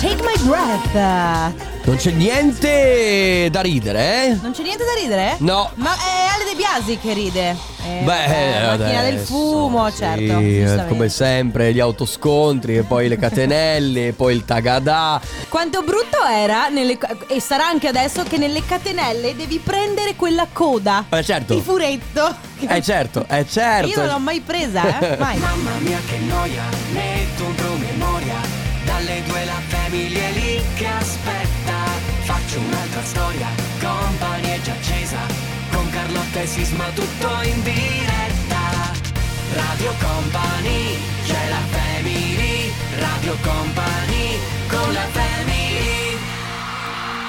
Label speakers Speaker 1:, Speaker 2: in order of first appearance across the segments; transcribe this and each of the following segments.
Speaker 1: Take My Breath.
Speaker 2: Non c'è niente da ridere, eh?
Speaker 1: Non c'è niente da ridere?
Speaker 2: No.
Speaker 1: Ma è Ale De Biasi che ride. Eh,
Speaker 2: Beh,
Speaker 1: vabbè, la macchina
Speaker 2: adesso,
Speaker 1: del fumo,
Speaker 2: sì,
Speaker 1: certo.
Speaker 2: eh,
Speaker 1: giustamente.
Speaker 2: come sempre, gli autoscontri, e poi le catenelle, e poi il tagadà.
Speaker 1: Quanto brutto era, nelle- e sarà anche adesso, che nelle catenelle devi prendere quella coda.
Speaker 2: Eh, certo.
Speaker 1: Il furetto.
Speaker 2: Eh certo, eh certo.
Speaker 1: Io non l'ho mai presa, eh? Mai.
Speaker 3: Mamma mia che noia, metto un promemoria Dalle due la famiglia è lì che aspetta Faccio un'altra storia, company è già accesa Con Carlotta e Sisma tutto in diretta Radio Company, c'è la family Radio Company, con la family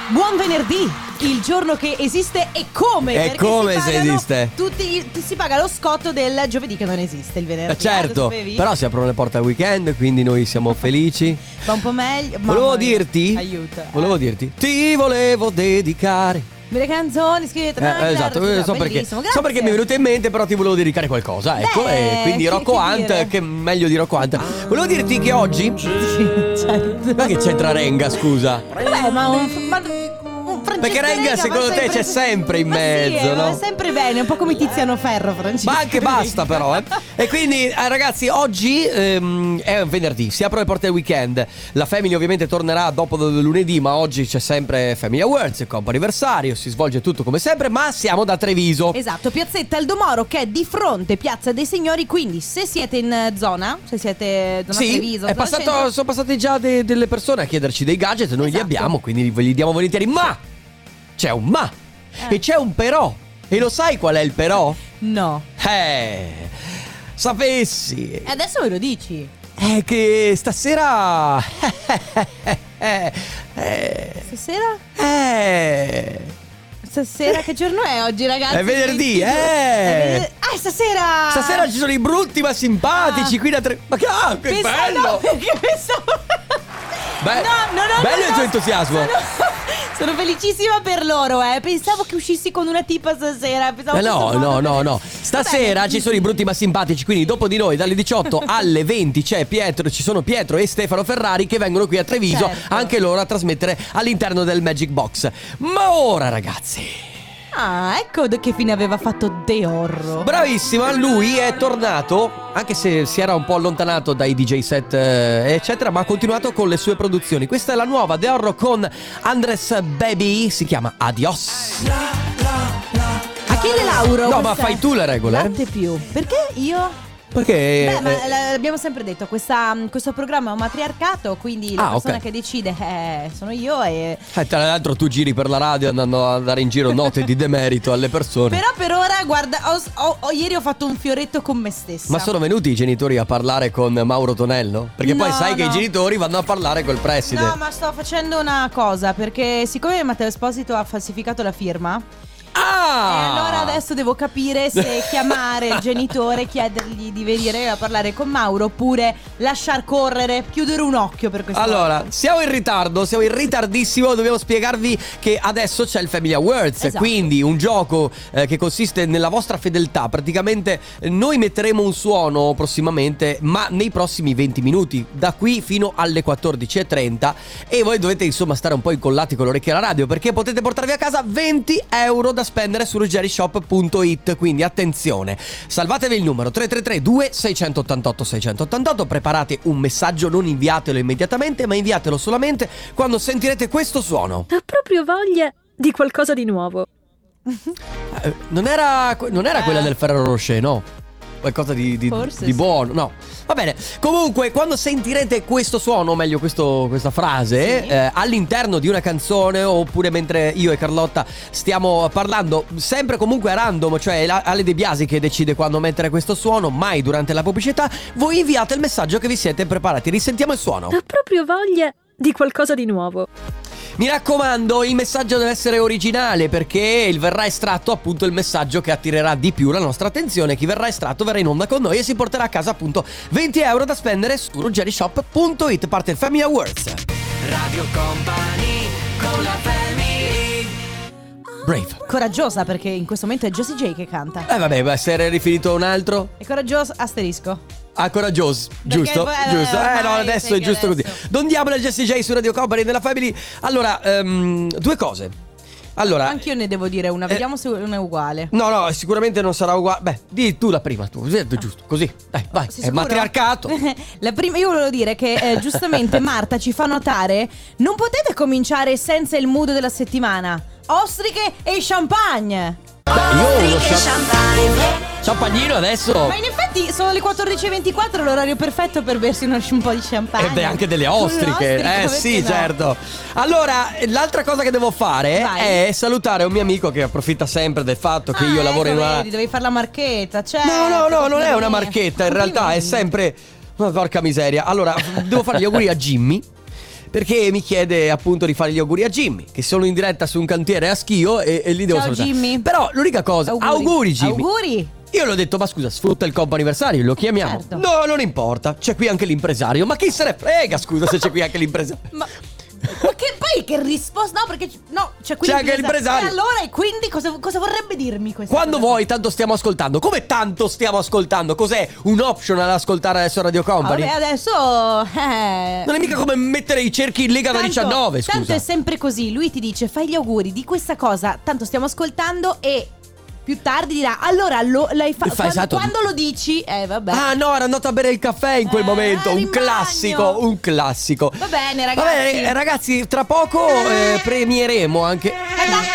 Speaker 1: Buon venerdì, il giorno che esiste e come.
Speaker 2: E
Speaker 1: perché
Speaker 2: come
Speaker 1: si
Speaker 2: se
Speaker 1: pagano
Speaker 2: esiste.
Speaker 1: Tutti, gli- si paga lo scotto del giovedì che non esiste, il venerdì.
Speaker 2: Eh, certo,
Speaker 1: Ah, lo sapevi?
Speaker 2: però si aprono le porte al weekend, quindi noi siamo felici.
Speaker 1: Va un po' meglio. Mamma
Speaker 2: volevo
Speaker 1: mia.
Speaker 2: dirti,
Speaker 1: Aiuto.
Speaker 2: volevo dirti, ti volevo dedicare.
Speaker 1: Eh, Le canzoni scrivete.
Speaker 2: Eh, eh, esatto, eh, so perché, so perché mi è venuto in mente, però ti volevo dedicare qualcosa. Ecco,
Speaker 1: Beh,
Speaker 2: e quindi
Speaker 1: che-
Speaker 2: Rocco
Speaker 1: che
Speaker 2: Hunt,
Speaker 1: dire?
Speaker 2: che meglio di Rocco Hunt. Volevo dirti che oggi.
Speaker 1: certo.
Speaker 2: Ma che c'entra Renga, scusa?
Speaker 1: Vabbè, ma un, ma un Francesco
Speaker 2: Perché Renga, secondo
Speaker 1: va
Speaker 2: te, c'è sempre in
Speaker 1: Ma sì,
Speaker 2: mezzo,
Speaker 1: eh,
Speaker 2: no?
Speaker 1: va sempre bene, un po' come Tiziano Ferro, Francesco.
Speaker 2: Ma anche basta però, eh. E quindi eh, ragazzi, oggi ehm, è un venerdì, si aprono le porte del weekend. La Family ovviamente tornerà dopo del lunedì, ma oggi c'è sempre Family Awards, il compo anniversario, si svolge tutto come sempre, ma siamo da Treviso.
Speaker 1: Esatto, Piazzetta Aldomoro che è di fronte Piazza dei Signori, quindi se siete in eh, zona, se siete zona
Speaker 2: sì,
Speaker 1: Treviso, zona
Speaker 2: è passato-
Speaker 1: centro-
Speaker 2: sono passate già de- delle persone a chiederci dei gadget, noi li
Speaker 1: Esatto.
Speaker 2: abbiamo, quindi ve li diamo volentieri, ma c'è un ma
Speaker 1: Eh.
Speaker 2: e c'è un però. E lo sai qual è il però?
Speaker 1: No.
Speaker 2: Eh, sapessi.
Speaker 1: E adesso ve lo dici.
Speaker 2: È Eh, che stasera. Eh, eh,
Speaker 1: Stasera?
Speaker 2: eh.
Speaker 1: Stasera che giorno è oggi, ragazzi?
Speaker 2: È venerdì,
Speaker 1: 22.
Speaker 2: eh!
Speaker 1: È venerdì- Ah, è stasera!
Speaker 2: Stasera ci sono i brutti ma simpatici
Speaker 1: Ah.
Speaker 2: qui da tre. Ma che, ah, che
Speaker 1: Pensavo-
Speaker 2: bello!
Speaker 1: No, perché pensavo...
Speaker 2: Be-
Speaker 1: no, no, no,
Speaker 2: bello
Speaker 1: no,
Speaker 2: il
Speaker 1: no.
Speaker 2: tuo entusiasmo.
Speaker 1: Sono... sono felicissima per loro, eh. Pensavo che uscissi con una tipa stasera. Pensavo
Speaker 2: Eh, no,
Speaker 1: fosse un
Speaker 2: no,
Speaker 1: modo
Speaker 2: no,
Speaker 1: per-
Speaker 2: no. Stasera
Speaker 1: Vabbè.
Speaker 2: ci sono i brutti ma simpatici. Quindi dopo di noi, dalle 18 alle 20, c'è Pietro, ci sono Pietro e Stefano Ferrari che vengono qui a Treviso
Speaker 1: Certo.
Speaker 2: anche loro a trasmettere all'interno del Magic Box. Ma ora, ragazzi.
Speaker 1: Ah, ecco d- che fine aveva fatto De Orro.
Speaker 2: Bravissima, lui è tornato, anche se si era un po' allontanato dai DJ set eh, eccetera, ma ha continuato con le sue produzioni. Questa è la nuova The Horror con Andres Baby, si chiama Adios.
Speaker 1: Achille Lauro.
Speaker 2: No,
Speaker 1: questa
Speaker 2: ma
Speaker 1: è-
Speaker 2: fai tu le regole, eh?
Speaker 1: Latte più. Perché io?
Speaker 2: Perché
Speaker 1: Beh, ma
Speaker 2: eh,
Speaker 1: l- l'abbiamo sempre detto, questa- mm, questo programma è un matriarcato, quindi
Speaker 2: Ah,
Speaker 1: la persona
Speaker 2: ok.
Speaker 1: che decide eh, sono io e...
Speaker 2: eh, tra l'altro tu giri per la radio andando a dare in giro note di demerito alle persone.
Speaker 1: Però per ora, guarda, ho- ho- ho- ieri ho fatto un fioretto con me stessa.
Speaker 2: Ma sono venuti i genitori a parlare con Mauro Tonello? Perché poi
Speaker 1: No,
Speaker 2: sai che
Speaker 1: no.
Speaker 2: i genitori vanno a parlare col preside.
Speaker 1: No, ma sto facendo una cosa, perché siccome Matteo Esposito ha falsificato la firma, e
Speaker 2: Ah!
Speaker 1: allora adesso devo capire se chiamare il genitore, chiedergli di venire a parlare con Mauro, oppure lasciar correre, chiudere un occhio per questo.
Speaker 2: Allora, siamo in ritardo, siamo in ritardissimo, dobbiamo spiegarvi che adesso c'è il Family Awards,
Speaker 1: Esatto.
Speaker 2: quindi un gioco eh, che consiste nella vostra fedeltà, praticamente eh, noi metteremo un suono prossimamente, ma nei prossimi 20 minuti, da qui fino alle 14.30 e voi dovete insomma stare un po' incollati con l'orecchio alla radio perché potete portarvi a casa 20 euro da spendere su ruggerishop.it, quindi attenzione, salvatevi il numero 333 2688 688, preparate un messaggio, non inviatelo immediatamente ma inviatelo solamente quando sentirete questo suono.
Speaker 4: Ha proprio voglia di qualcosa di nuovo.
Speaker 2: Eh, non era, non era
Speaker 1: Eh.
Speaker 2: quella del Ferrero Rocher, no? Qualcosa di, di-
Speaker 1: Forse
Speaker 2: di
Speaker 1: sì.
Speaker 2: buono, no? Va bene. Comunque, quando sentirete questo suono, o meglio, questo- questa frase,
Speaker 1: Sì.
Speaker 2: eh, all'interno di una canzone, oppure mentre io e Carlotta stiamo parlando, sempre comunque a random, cioè è la- Ale De Biasi che decide quando mettere questo suono, mai durante la pubblicità, voi inviate il messaggio che vi siete preparati. Risentiamo il suono.
Speaker 4: Ha proprio voglia di qualcosa di nuovo.
Speaker 2: Mi raccomando, il messaggio deve essere originale perché il verrà estratto appunto il messaggio che attirerà di più la nostra attenzione. Chi verrà estratto verrà in onda con noi e si porterà a casa appunto 20 euro da spendere su ruggerishop.it. Parte il Family Awards.
Speaker 3: Radio Company, con la family
Speaker 2: Brave.
Speaker 1: Coraggiosa, perché in questo momento è Josie J che canta.
Speaker 2: Eh vabbè, ma se era rifinito un altro?
Speaker 1: E coraggioso, asterisco.
Speaker 2: A coraggioso, giusto?
Speaker 1: poi, eh,
Speaker 2: giusto. Eh, no,
Speaker 1: ormai
Speaker 2: adesso
Speaker 1: sai
Speaker 2: è
Speaker 1: che
Speaker 2: giusto
Speaker 1: adesso-
Speaker 2: così. Don Diablo e Jesse J su Radio Company nella Family. Allora, ehm, due cose. Allora,
Speaker 1: Anch'io ne devo dire una,
Speaker 2: Eh.
Speaker 1: vediamo se una è uguale.
Speaker 2: No, no, sicuramente non sarà uguale. Beh, di tu la prima, tu, eh, giusto, così. Dai,
Speaker 1: Sei
Speaker 2: vai. Ah, è
Speaker 1: sicuro?
Speaker 2: matriarcato.
Speaker 1: La prima, io volevo dire che eh, giustamente Marta ci fa notare: non potete cominciare senza il mood della settimana. Ostriche e champagne.
Speaker 2: Io lo Champagnino adesso.
Speaker 1: Ma in effetti sono le 14.24, l'orario perfetto per bersi una- un po' di champagne.
Speaker 2: E beh, anche delle ostriche.
Speaker 1: Un'ostrica,
Speaker 2: eh
Speaker 1: perché
Speaker 2: sì,
Speaker 1: no?
Speaker 2: certo. Allora, l'altra cosa che devo fare
Speaker 1: Vai.
Speaker 2: è salutare un mio amico che approfitta sempre del fatto che
Speaker 1: Ah,
Speaker 2: io lavoro
Speaker 1: ecco,
Speaker 2: in una.
Speaker 1: vedi, Devi fare la marchetta, certo.
Speaker 2: No, no, no, non è una
Speaker 1: complimenti.
Speaker 2: marchetta, in realtà è
Speaker 1: Complimenti.
Speaker 2: sempre. Ma porca miseria. Allora, devo fare gli auguri a Jimmy. Perché mi chiede appunto di fare gli auguri a Jimmy, che sono in diretta su un cantiere a Schio e, e lì devo
Speaker 1: Ciao,
Speaker 2: salutare.
Speaker 1: Jimmy.
Speaker 2: Però l'unica cosa, auguri, Jimmy.
Speaker 1: Auguri.
Speaker 2: Io le ho detto, ma scusa, sfrutta il compo anniversario, lo chiamiamo.
Speaker 1: Certo.
Speaker 2: No, non importa, c'è qui anche l'impresario. Ma chi se ne frega, scusa, se c'è qui anche l'impresario.
Speaker 1: Ma, ma che poi che risposta? No, perché no, cioè,
Speaker 2: C'è anche l'impresario.
Speaker 1: E allora e quindi cosa, cosa vorrebbe dirmi questo?
Speaker 2: Quando vuoi, tanto stiamo ascoltando. Come tanto stiamo ascoltando? Cos'è un optional ascoltare adesso Radio Company?
Speaker 1: Vabbè, adesso eh,
Speaker 2: non è mica come mettere i cerchi in lega da
Speaker 1: tanto-
Speaker 2: 19, scusa.
Speaker 1: Tanto è sempre così, lui ti dice "Fai gli auguri di questa cosa, tanto stiamo ascoltando" e più tardi dirà "Allora lo- l'hai fa-
Speaker 2: Fai
Speaker 1: quando,
Speaker 2: esatto.
Speaker 1: quando lo dici?" Eh, vabbè.
Speaker 2: Ah no, era andato a bere il caffè in quel
Speaker 1: Eh,
Speaker 2: momento,
Speaker 1: eri
Speaker 2: un
Speaker 1: in bagno.
Speaker 2: classico, un classico.
Speaker 1: Va bene, ragazzi.
Speaker 2: Vabbè, eh, ragazzi, tra poco eh, premieremo anche
Speaker 1: Eh, dai.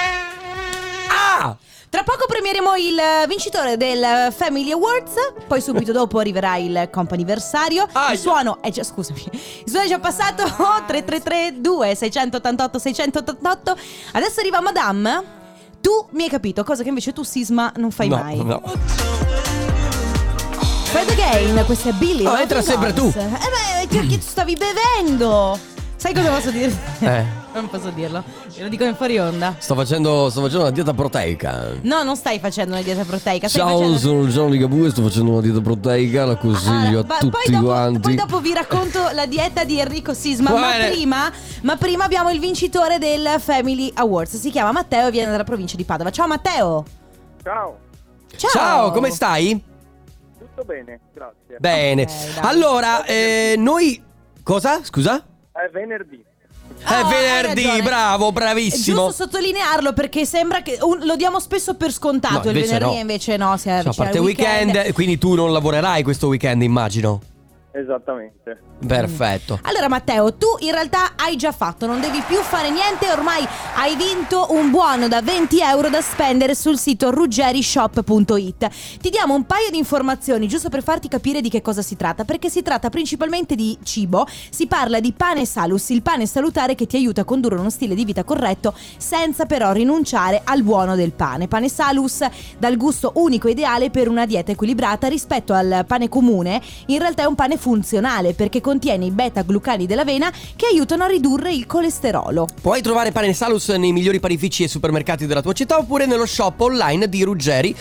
Speaker 2: Ah!
Speaker 1: Tra poco premieremo il eh, vincitore del eh, Family Awards, poi subito dopo arriverà il comp'anniversario.
Speaker 2: Ah,
Speaker 1: il suono è già, scusami, il suono è già passato 3332 688 688. Adesso arriva Madame. Tu mi hai capito, cosa che invece tu Sisma non fai
Speaker 2: no,
Speaker 1: mai.
Speaker 2: no.
Speaker 1: Fai the game, questa è Billy.
Speaker 2: Oh, entra sempre tu.
Speaker 1: Eh beh, perché tu stavi bevendo. Sai cosa posso dire?
Speaker 2: Eh.
Speaker 1: Non posso dirlo. Te lo dico in fuori onda.
Speaker 2: Sto facendo, sto facendo una dieta proteica.
Speaker 1: No, non stai facendo una dieta proteica, stai
Speaker 2: Ciao,
Speaker 1: facendo
Speaker 2: sono Luciano Ligabue, sto facendo una dieta proteica, la consiglio
Speaker 1: Allora,
Speaker 2: a
Speaker 1: va-
Speaker 2: tutti
Speaker 1: Ah, poi dopo,
Speaker 2: quanti.
Speaker 1: poi dopo vi racconto la dieta di Enrico Sisma. Ma
Speaker 2: Bene.
Speaker 1: prima, ma prima abbiamo il vincitore del Family Awards. Si chiama Matteo e viene dalla provincia di Padova. Ciao Matteo!
Speaker 5: Ciao,
Speaker 1: Ciao,
Speaker 2: Ciao, come stai?
Speaker 5: tutto bene, grazie.
Speaker 2: Bene.
Speaker 1: Ok, dai.
Speaker 2: allora, eh, noi cosa? Scusa?
Speaker 5: Ah, È venerdì.
Speaker 1: Oh,
Speaker 2: è
Speaker 1: hai
Speaker 2: venerdì,
Speaker 1: ragione.
Speaker 2: bravo,
Speaker 1: È giusto
Speaker 2: bravissimo.
Speaker 1: sottolinearlo perché sembra che un- lo diamo spesso per scontato il
Speaker 2: invece
Speaker 1: venerdì,
Speaker 2: no.
Speaker 1: invece no, si
Speaker 2: Cioè, a
Speaker 1: avvicina
Speaker 2: parte il weekend, quindi tu non lavorerai questo weekend, immagino.
Speaker 5: Esattamente.
Speaker 1: Mm.
Speaker 2: Perfetto.
Speaker 1: Allora Matteo, tu in realtà hai già fatto, non devi più fare niente, ormai hai vinto un buono da 20 euro da spendere sul sito ruggerishop.it. Ti diamo un paio di informazioni giusto per farti capire di che cosa si tratta, perché si tratta principalmente di cibo, si parla di pane salus, il pane salutare che ti aiuta a condurre uno stile di vita corretto senza però rinunciare al buono del pane. Pane salus dal gusto unico e ideale per una dieta equilibrata rispetto al pane comune, in realtà è un pane funzionale perché contiene i beta-glucani dell'avena che aiutano a ridurre il colesterolo.
Speaker 2: Puoi trovare Pane Salus nei migliori panifici e supermercati della tua città oppure nello shop online di Ruggeri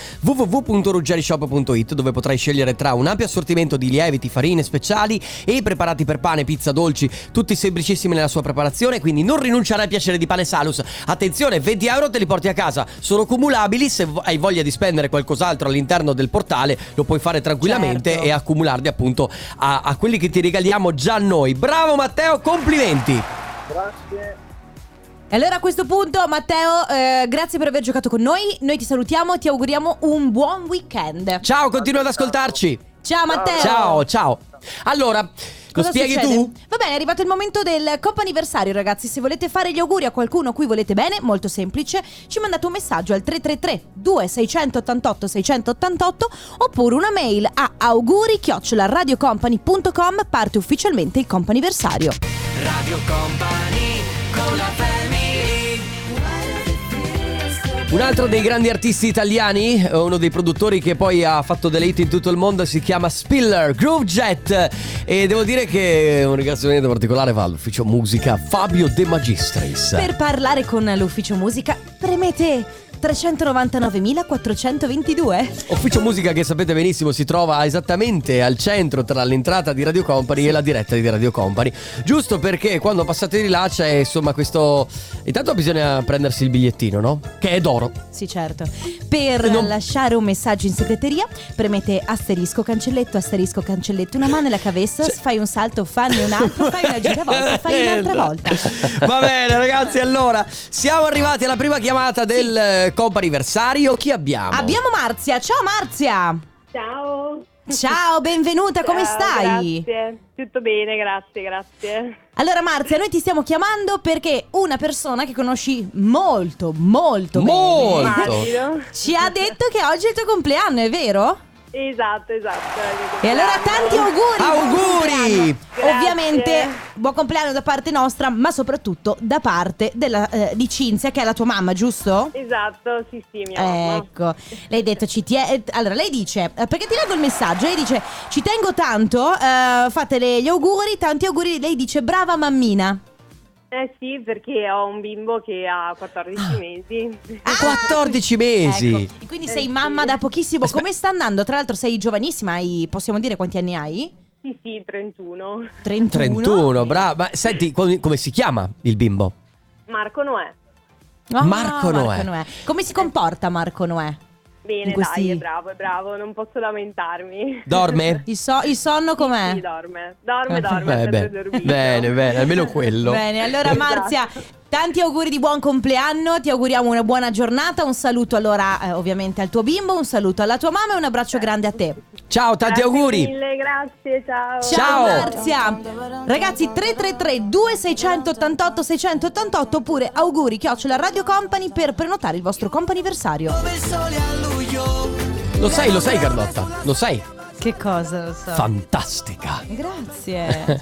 Speaker 2: www.ruggerishop.it dove potrai scegliere tra un ampio assortimento di lieviti, farine speciali e preparati per pane, pizza, dolci, tutti semplicissimi nella sua preparazione, quindi non rinunciare al piacere di Pane Salus. Attenzione, 20 euro te li porti a casa, sono cumulabili, se vo- hai voglia di spendere qualcos'altro all'interno del portale lo puoi fare tranquillamente
Speaker 1: Certo.
Speaker 2: e accumularli appunto a, a quelli che ti regaliamo già noi. Bravo Matteo, complimenti!
Speaker 5: Grazie.
Speaker 1: E allora a questo punto Matteo, eh, grazie per aver giocato con noi, noi ti salutiamo, ti auguriamo un buon weekend.
Speaker 2: Ciao, continua ad ascoltarci.
Speaker 1: Ciao Matteo!
Speaker 2: Ciao, ciao. Allora, lo
Speaker 1: Cosa
Speaker 2: spieghi
Speaker 1: succede?
Speaker 2: tu?
Speaker 1: Va bene, è arrivato il momento del comp'anniversario, ragazzi. Se volete fare gli auguri a qualcuno a cui volete bene, molto semplice, ci mandate un messaggio al 333 2688 688 oppure una mail a auguri@radiocompany.com. Parte ufficialmente il comp'anniversario.
Speaker 2: Certo.
Speaker 3: Radio Company con la family
Speaker 2: Un altro dei grandi artisti italiani, eh, uno dei produttori che poi ha fatto delle hit in tutto il mondo, si chiama Spiller Groove Jet. E devo dire che un ringraziamento particolare va all'ufficio musica Fabio De Magistris.
Speaker 1: Per parlare con l'ufficio musica, premete 399.422.
Speaker 2: Ufficio Musica che sapete benissimo si trova esattamente al centro tra l'entrata di Radio Company e la diretta di Radio Company. Giusto perché quando passate di là c'è insomma questo... Intanto bisogna prendersi il bigliettino, no? Che è d'oro.
Speaker 1: Sì, certo. Per
Speaker 2: Non-
Speaker 1: lasciare un messaggio in segreteria, premete asterisco cancelletto, asterisco cancelletto, una mano e la cavessa,
Speaker 2: Cioè-
Speaker 1: fai un salto, fanne un altro, fai una giravolta, fai un'altra
Speaker 2: No.
Speaker 1: volta.
Speaker 2: Eh, esatto. Va bene ragazzi, allora siamo arrivati alla prima chiamata del eh, Companiversario. Chi abbiamo?
Speaker 1: Abbiamo Marzia, ciao Marzia!
Speaker 6: Ciao.
Speaker 1: Ciao, benvenuta, come
Speaker 6: Ciao,
Speaker 1: stai?
Speaker 6: Grazie. Tutto bene, grazie, grazie.
Speaker 1: Allora Marzia, noi ti stiamo chiamando perché una persona che conosci molto, molto,
Speaker 2: Molto.
Speaker 1: bene
Speaker 6: Immagino.
Speaker 1: ci ha detto che oggi è il tuo compleanno, è vero?
Speaker 6: Esatto, esatto. era il mio
Speaker 1: E allora
Speaker 6: compleanno.
Speaker 1: tanti auguri!
Speaker 2: Auguri!
Speaker 1: Buon compleanno.
Speaker 6: Grazie.
Speaker 1: Ovviamente buon compleanno da parte nostra, ma soprattutto da parte della, eh, di Cinzia, che è la tua mamma, giusto?
Speaker 6: Esatto, sì, sì, mia mamma.
Speaker 1: Ecco, lei ha detto ci tie- Allora, lei dice, eh, perché ti leggo il messaggio, lei dice ci tengo tanto, eh, fatele gli auguri, tanti auguri, lei dice brava mammina.
Speaker 6: Eh sì, perché ho un bimbo che ha
Speaker 2: Ah.
Speaker 6: 14 mesi.
Speaker 2: 14 mesi.
Speaker 1: Ecco, quindi
Speaker 6: Ah! Eh,
Speaker 1: sei
Speaker 6: sì.
Speaker 1: mamma da pochissimo, come sta andando? Tra l'altro sei giovanissima, hai- possiamo dire quanti anni hai?
Speaker 6: Sì, sì, 31.
Speaker 1: 31.
Speaker 2: 31, brava. Ma senti, com- come si chiama il bimbo?
Speaker 6: Marco Noè.
Speaker 1: Ah,
Speaker 2: Marco Noè.
Speaker 1: Come si comporta Marco Noè? In
Speaker 6: Bene,
Speaker 1: questi-
Speaker 6: dai, è bravo, è bravo, non posso lamentarmi.
Speaker 2: Dorme?
Speaker 1: Il, so- il sonno com'è?
Speaker 6: Sì, dorme. Dorme, dorme,
Speaker 2: Eh,
Speaker 6: sta
Speaker 2: beh.
Speaker 6: dormendo.
Speaker 2: Bene, bene, almeno quello.
Speaker 1: Bene, allora Marzia,
Speaker 2: Esatto.
Speaker 1: tanti auguri di buon compleanno, ti auguriamo una buona giornata, un saluto allora eh, ovviamente al tuo bimbo, un saluto alla tua mamma e un abbraccio grande a te.
Speaker 2: Ciao, tanti
Speaker 6: Grazie
Speaker 2: auguri.
Speaker 6: mille, grazie, ciao.
Speaker 2: Ciao.
Speaker 1: Marzia! Ragazzi 333 2688 688 oppure auguri chiocciola Radio Company per prenotare il vostro comp'anniversario.
Speaker 2: Lo sai, lo sai Carlotta, lo sai.
Speaker 6: Esatto.
Speaker 1: Che cosa lo so.
Speaker 2: Fantastica.
Speaker 1: Grazie.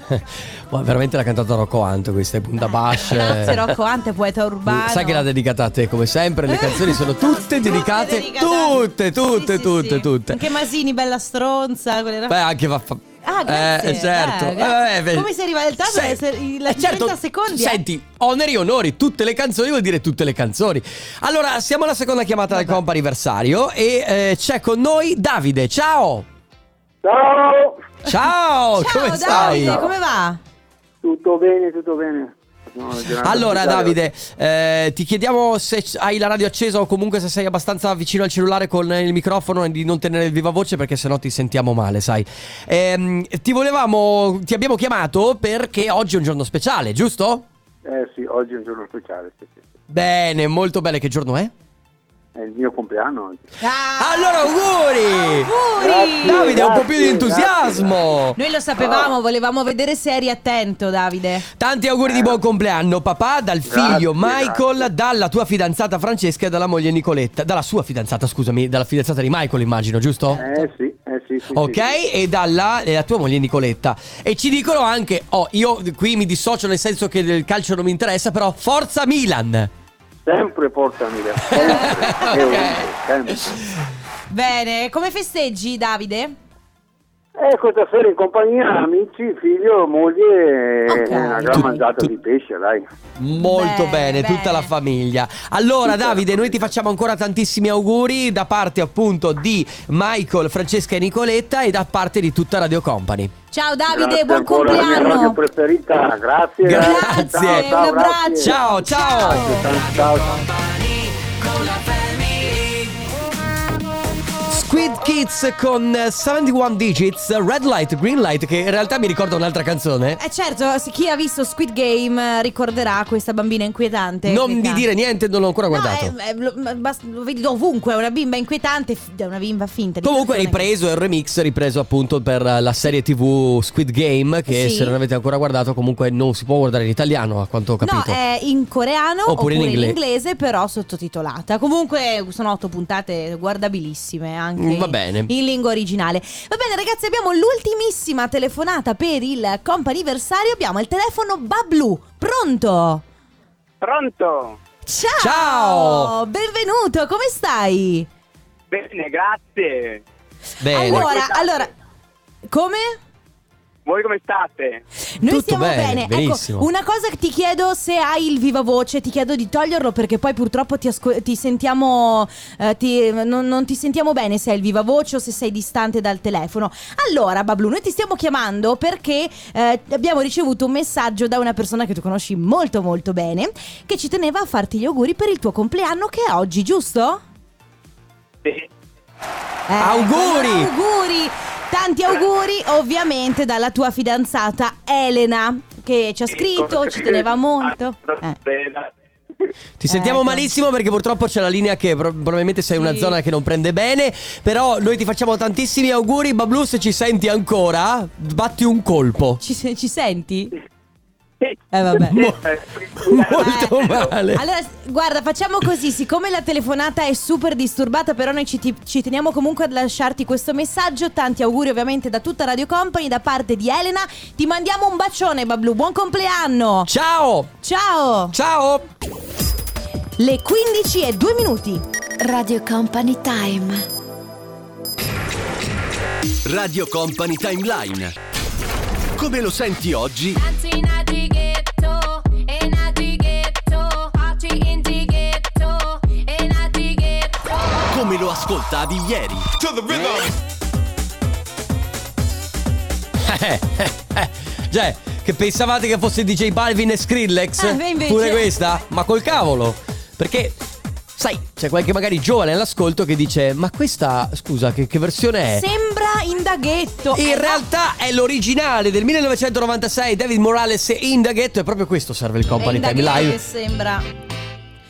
Speaker 2: Ma veramente l'ha cantata Rocco Anto questa è Punta Bash.
Speaker 1: Grazie Rocco Ante, poeta urbano.
Speaker 2: Cioè, Sai che l'ha dedicata a te come sempre, le canzoni sono tutte dedicate, tutte,
Speaker 1: dedicate.
Speaker 2: tutte,
Speaker 1: Sì, sì,
Speaker 2: tutte,
Speaker 1: sì.
Speaker 2: tutte.
Speaker 1: Anche Masini, bella stronza. quelle robe.
Speaker 2: Beh, anche va fa-
Speaker 1: Ah, grazie.
Speaker 2: Eh, certo.
Speaker 1: Eh, grazie.
Speaker 2: Eh, beh.
Speaker 1: Come sei ribaltato,
Speaker 2: Se-
Speaker 1: eh, se- la
Speaker 2: Eh, certo.
Speaker 1: 30 secondi, eh.
Speaker 2: Senti, oneri e onori, tutte le canzoni vuol dire tutte le canzoni. Allora, siamo alla seconda chiamata del compa anniversario e eh, c'è con noi Davide. Ciao!
Speaker 5: Ciao!
Speaker 2: Ciao!
Speaker 1: Ciao
Speaker 2: Oh, come stai?
Speaker 1: Davide, come va?
Speaker 5: Tutto bene, tutto bene. Ah,
Speaker 2: Allora Davide, eh, ti chiediamo se c- hai la radio accesa o comunque se sei abbastanza vicino al cellulare con il microfono e di non tenere il viva voce perché sennò ti sentiamo male, sai. Ehm, ti volevamo, ti abbiamo chiamato perché oggi è un giorno speciale, giusto?
Speaker 1: Ah.
Speaker 5: Eh sì, oggi è un giorno speciale, sì, sì, sì.
Speaker 2: Bene, molto bene, che giorno è?
Speaker 5: È il mio compleanno oggi.
Speaker 1: Ah,
Speaker 2: Allora auguri!
Speaker 1: auguri!
Speaker 2: Davide, un po' più
Speaker 5: Grazie,
Speaker 2: di entusiasmo!
Speaker 1: Noi lo sapevamo, volevamo vedere se eri attento, Davide.
Speaker 2: Tanti auguri di buon compleanno, papà, dal
Speaker 5: Eh. Grazie,
Speaker 2: figlio Michael,
Speaker 5: grazie.
Speaker 2: dalla tua fidanzata Francesca e dalla moglie Nicoletta. Dalla sua fidanzata, scusami, dalla fidanzata di Michael, immagino, giusto?
Speaker 1: Certo.
Speaker 5: Eh sì, eh sì, sì,
Speaker 2: Ok,
Speaker 5: sì.
Speaker 2: e dalla eh, la tua moglie Nicoletta. E ci dicono anche, oh, io qui mi dissocio nel senso che del calcio non mi interessa, però forza Milan!
Speaker 5: Sempre portami da sempre. e ovunque, sempre.
Speaker 1: Bene, come festeggi, Davide?
Speaker 5: E Eh, questa sera in compagnia amici, figlio, moglie e
Speaker 1: Ok.
Speaker 5: una gran
Speaker 2: Tu-
Speaker 5: mangiata
Speaker 2: tu-
Speaker 5: di pesce, dai.
Speaker 2: Molto
Speaker 1: Beh,
Speaker 2: bene,
Speaker 1: bene.
Speaker 2: tutta la famiglia. Allora,
Speaker 5: Tutta la
Speaker 2: Davide, noi
Speaker 5: famiglia.
Speaker 2: ti facciamo ancora tantissimi auguri da parte appunto di Michael, Francesca e Nicoletta e da parte di tutta Radio Company.
Speaker 1: Ciao Davide,
Speaker 5: Grazie
Speaker 1: buon
Speaker 5: ancora, la mia radio
Speaker 1: compleanno.
Speaker 5: preferita, grazie.
Speaker 2: Grazie,
Speaker 5: Ciao, ciao,
Speaker 1: un abbraccio.
Speaker 5: grazie.
Speaker 2: Ciao, ciao.
Speaker 5: Ciao, ciao.
Speaker 2: Squid Kids con eh, 71 Digits, Red Light, Green Light, che in realtà mi ricorda un'altra canzone.
Speaker 1: Eh certo, se chi ha visto Squid Game eh, ricorderà questa bambina inquietante.
Speaker 2: Non
Speaker 1: che
Speaker 2: mi
Speaker 1: canta.
Speaker 2: dire niente, non l'ho ancora
Speaker 1: No,
Speaker 2: guardato.
Speaker 1: eh, eh, lo, ma- basta- lo vedi ovunque, è una bimba inquietante, fi- è una bimba finta. di
Speaker 2: Comunque è
Speaker 1: cartone.
Speaker 2: ripreso, è il remix ripreso appunto per eh, la serie tv Squid Game che
Speaker 1: Sì.
Speaker 2: se non avete ancora guardato comunque non si può guardare in italiano a quanto ho capito.
Speaker 1: No, eh, è in coreano
Speaker 2: Oppure
Speaker 1: oppure,
Speaker 2: in
Speaker 1: in,
Speaker 2: ingle-
Speaker 1: inglese, però sottotitolata. Comunque sono otto puntate guardabilissime anche
Speaker 2: Mm, va
Speaker 1: in-
Speaker 2: bene.
Speaker 1: in lingua originale. Va bene, ragazzi, abbiamo l'ultimissima telefonata per il comp'anniversario. Abbiamo il telefono Bablu. Pronto?
Speaker 5: Pronto?
Speaker 1: Ciao!
Speaker 2: Ciao!
Speaker 1: Benvenuto, come stai?
Speaker 5: Bene, grazie.
Speaker 2: Bene.
Speaker 1: Allora, allora, come?
Speaker 7: Voi come state?
Speaker 1: Noi
Speaker 2: Tutto
Speaker 1: stiamo
Speaker 2: bene,
Speaker 1: bene.
Speaker 2: benissimo.
Speaker 1: Ecco, una cosa che ti chiedo se hai il viva voce, ti chiedo di toglierlo perché poi purtroppo ti, asco- ti sentiamo eh, ti- non, non ti sentiamo bene se hai il viva voce o se sei distante dal telefono. Allora, Bablu, noi ti stiamo chiamando perché eh, abbiamo ricevuto un messaggio da una persona che tu conosci molto molto bene che ci teneva a farti gli auguri per il tuo compleanno che è oggi, giusto?
Speaker 7: Sì.
Speaker 1: Eh,
Speaker 2: Auguri!
Speaker 1: allora, auguri! Tanti auguri ovviamente dalla tua fidanzata Elena che ci ha scritto, ci teneva molto.
Speaker 8: Ah,
Speaker 5: Ah,
Speaker 1: Eh.
Speaker 2: Ti sentiamo
Speaker 1: Ecco.
Speaker 2: malissimo perché purtroppo c'è la linea che pro- probabilmente sei in una
Speaker 1: Sì.
Speaker 2: zona che non prende bene. Però noi ti facciamo tantissimi auguri. Bablu, se ci senti ancora, batti un colpo.
Speaker 1: Ci, se- ci senti?
Speaker 7: Sì.
Speaker 1: Eh vabbè.
Speaker 2: Mo- molto
Speaker 1: Eh.
Speaker 2: male.
Speaker 1: Allora, s- guarda, facciamo così, siccome la telefonata è super disturbata, però noi ci, ti- ci teniamo comunque a lasciarti questo messaggio, tanti auguri ovviamente da tutta Radio Company, da parte di Elena, ti mandiamo un bacione Bablu, buon compleanno!
Speaker 2: Ciao!
Speaker 1: Ciao!
Speaker 2: Ciao!
Speaker 1: Le 15 e 2 minuti.
Speaker 9: Radio Company Time.
Speaker 10: Radio Company Timeline. Come lo senti oggi? Come lo ascoltavi ieri?
Speaker 2: Eh, eh, eh. Cioè, che pensavate che fosse DJ Balvin e Skrillex?
Speaker 1: Ah, beh, invece.
Speaker 2: Pure questa? Ma col cavolo! Perché, sai, c'è qualche magari giovane all'ascolto che dice: Ma questa, scusa, che, che versione è?
Speaker 1: Sembra indaghetto. Eh,
Speaker 2: Eh. In realtà è l'originale del 1996, David Morales e Indaghetto, è proprio questo serve il
Speaker 1: no, è
Speaker 2: Company Time
Speaker 1: indaghetto che
Speaker 2: Live.
Speaker 1: sembra.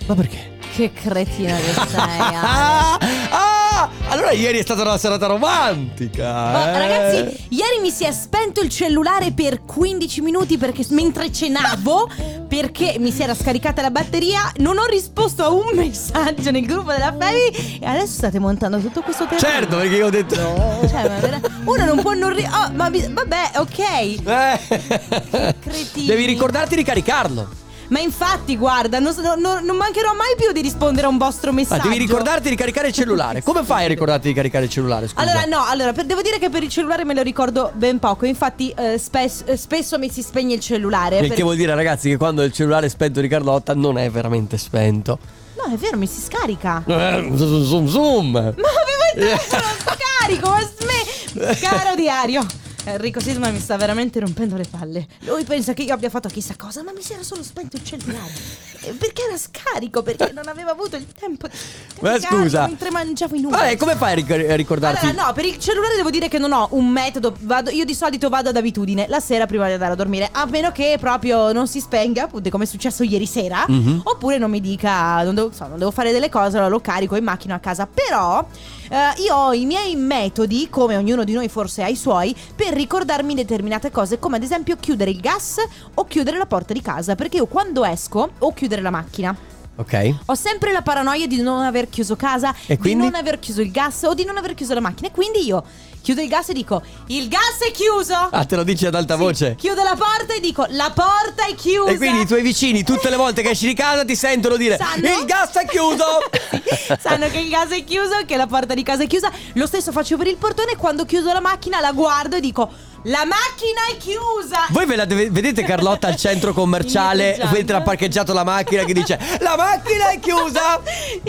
Speaker 2: Ma perché?
Speaker 1: Che cretina che sei. Ale.
Speaker 2: Cioè, ah, ah, allora ieri è stata una serata romantica.
Speaker 1: Ma,
Speaker 2: eh.
Speaker 1: Boh, ragazzi, ieri mi si è spento il cellulare per 15 minuti perché mentre cenavo, perché mi si era scaricata la batteria, non ho risposto a un messaggio nel gruppo della Family e adesso state montando tutto questo telefono.
Speaker 2: Certo, perché io ho detto...
Speaker 1: Cioè, ma vera- uno non può non ri- oh, ma vi- vabbè, ok.
Speaker 2: Eh.
Speaker 1: cretini.
Speaker 2: Devi ricordarti di caricarlo.
Speaker 1: Ma infatti, guarda, non, so- non- non mancherò mai più di rispondere a un vostro
Speaker 2: Ah,
Speaker 1: messaggio.
Speaker 2: devi ricordarti di caricare il cellulare. Come fai a ricordarti di caricare il cellulare? Scusa.
Speaker 1: Allora, no, allora, per- devo dire che per il cellulare me lo ricordo ben poco. Infatti, eh, spes- eh, spesso mi si spegne il cellulare.
Speaker 2: Il
Speaker 1: per-
Speaker 2: che vuol dire, ragazzi, che quando il cellulare è spento di Carlotta non è veramente spento.
Speaker 1: No, è vero, mi si scarica.
Speaker 2: Eh, Zoom, zoom, zoom. Eh.
Speaker 1: Ma avevo il telefono scarico, ma sme- Caro diario. Enrico Sisma mi sta veramente rompendo le palle. Lui pensa che io abbia fatto chissà cosa, ma mi si era solo spento il cellulare. Eh, Perché era scarico? Perché non avevo avuto il tempo di
Speaker 2: Ma
Speaker 1: caricarlo
Speaker 2: scusa.
Speaker 1: mentre mangiavo i numeri.
Speaker 2: Vabbè, come fai a ric- a ricordarti?
Speaker 1: Allora, no, per il cellulare devo dire che non ho un metodo. vado- io di solito vado ad abitudine la sera prima di andare a dormire. A meno che proprio non si spenga, appunto, come è successo ieri sera.
Speaker 2: Mhm.
Speaker 1: Oppure non mi dica, non devo, so, non devo fare delle cose, allora lo carico in macchina a casa. Però. eh, io ho i miei metodi, come ognuno di noi forse ha i suoi, per ricordarmi determinate cose, come ad esempio chiudere il gas o chiudere la porta di casa, perché io quando esco o chiudere la macchina.
Speaker 2: Ok.
Speaker 1: Ho sempre la paranoia di non aver chiuso casa, di
Speaker 2: E quindi?
Speaker 1: non aver chiuso il gas o di non aver chiuso la macchina. E quindi io chiudo il gas e dico: Il gas è chiuso!
Speaker 2: Ah, te lo dici ad alta
Speaker 1: Sì,
Speaker 2: voce.
Speaker 1: Chiudo la porta e dico: La porta è chiusa!
Speaker 2: E quindi i tuoi vicini, tutte le volte che esci di casa, ti sentono dire:
Speaker 1: Sanno-
Speaker 2: Il gas è chiuso!
Speaker 1: Sì, sanno che il gas è chiuso, che la porta di casa è chiusa. Lo stesso faccio per il portone. Quando chiudo la macchina, la guardo e dico: La macchina è chiusa!
Speaker 2: Voi ve la deve- vedete Carlotta al centro commerciale
Speaker 1: Indietreggiando.
Speaker 2: mentre ha parcheggiato la macchina che dice La macchina è chiusa!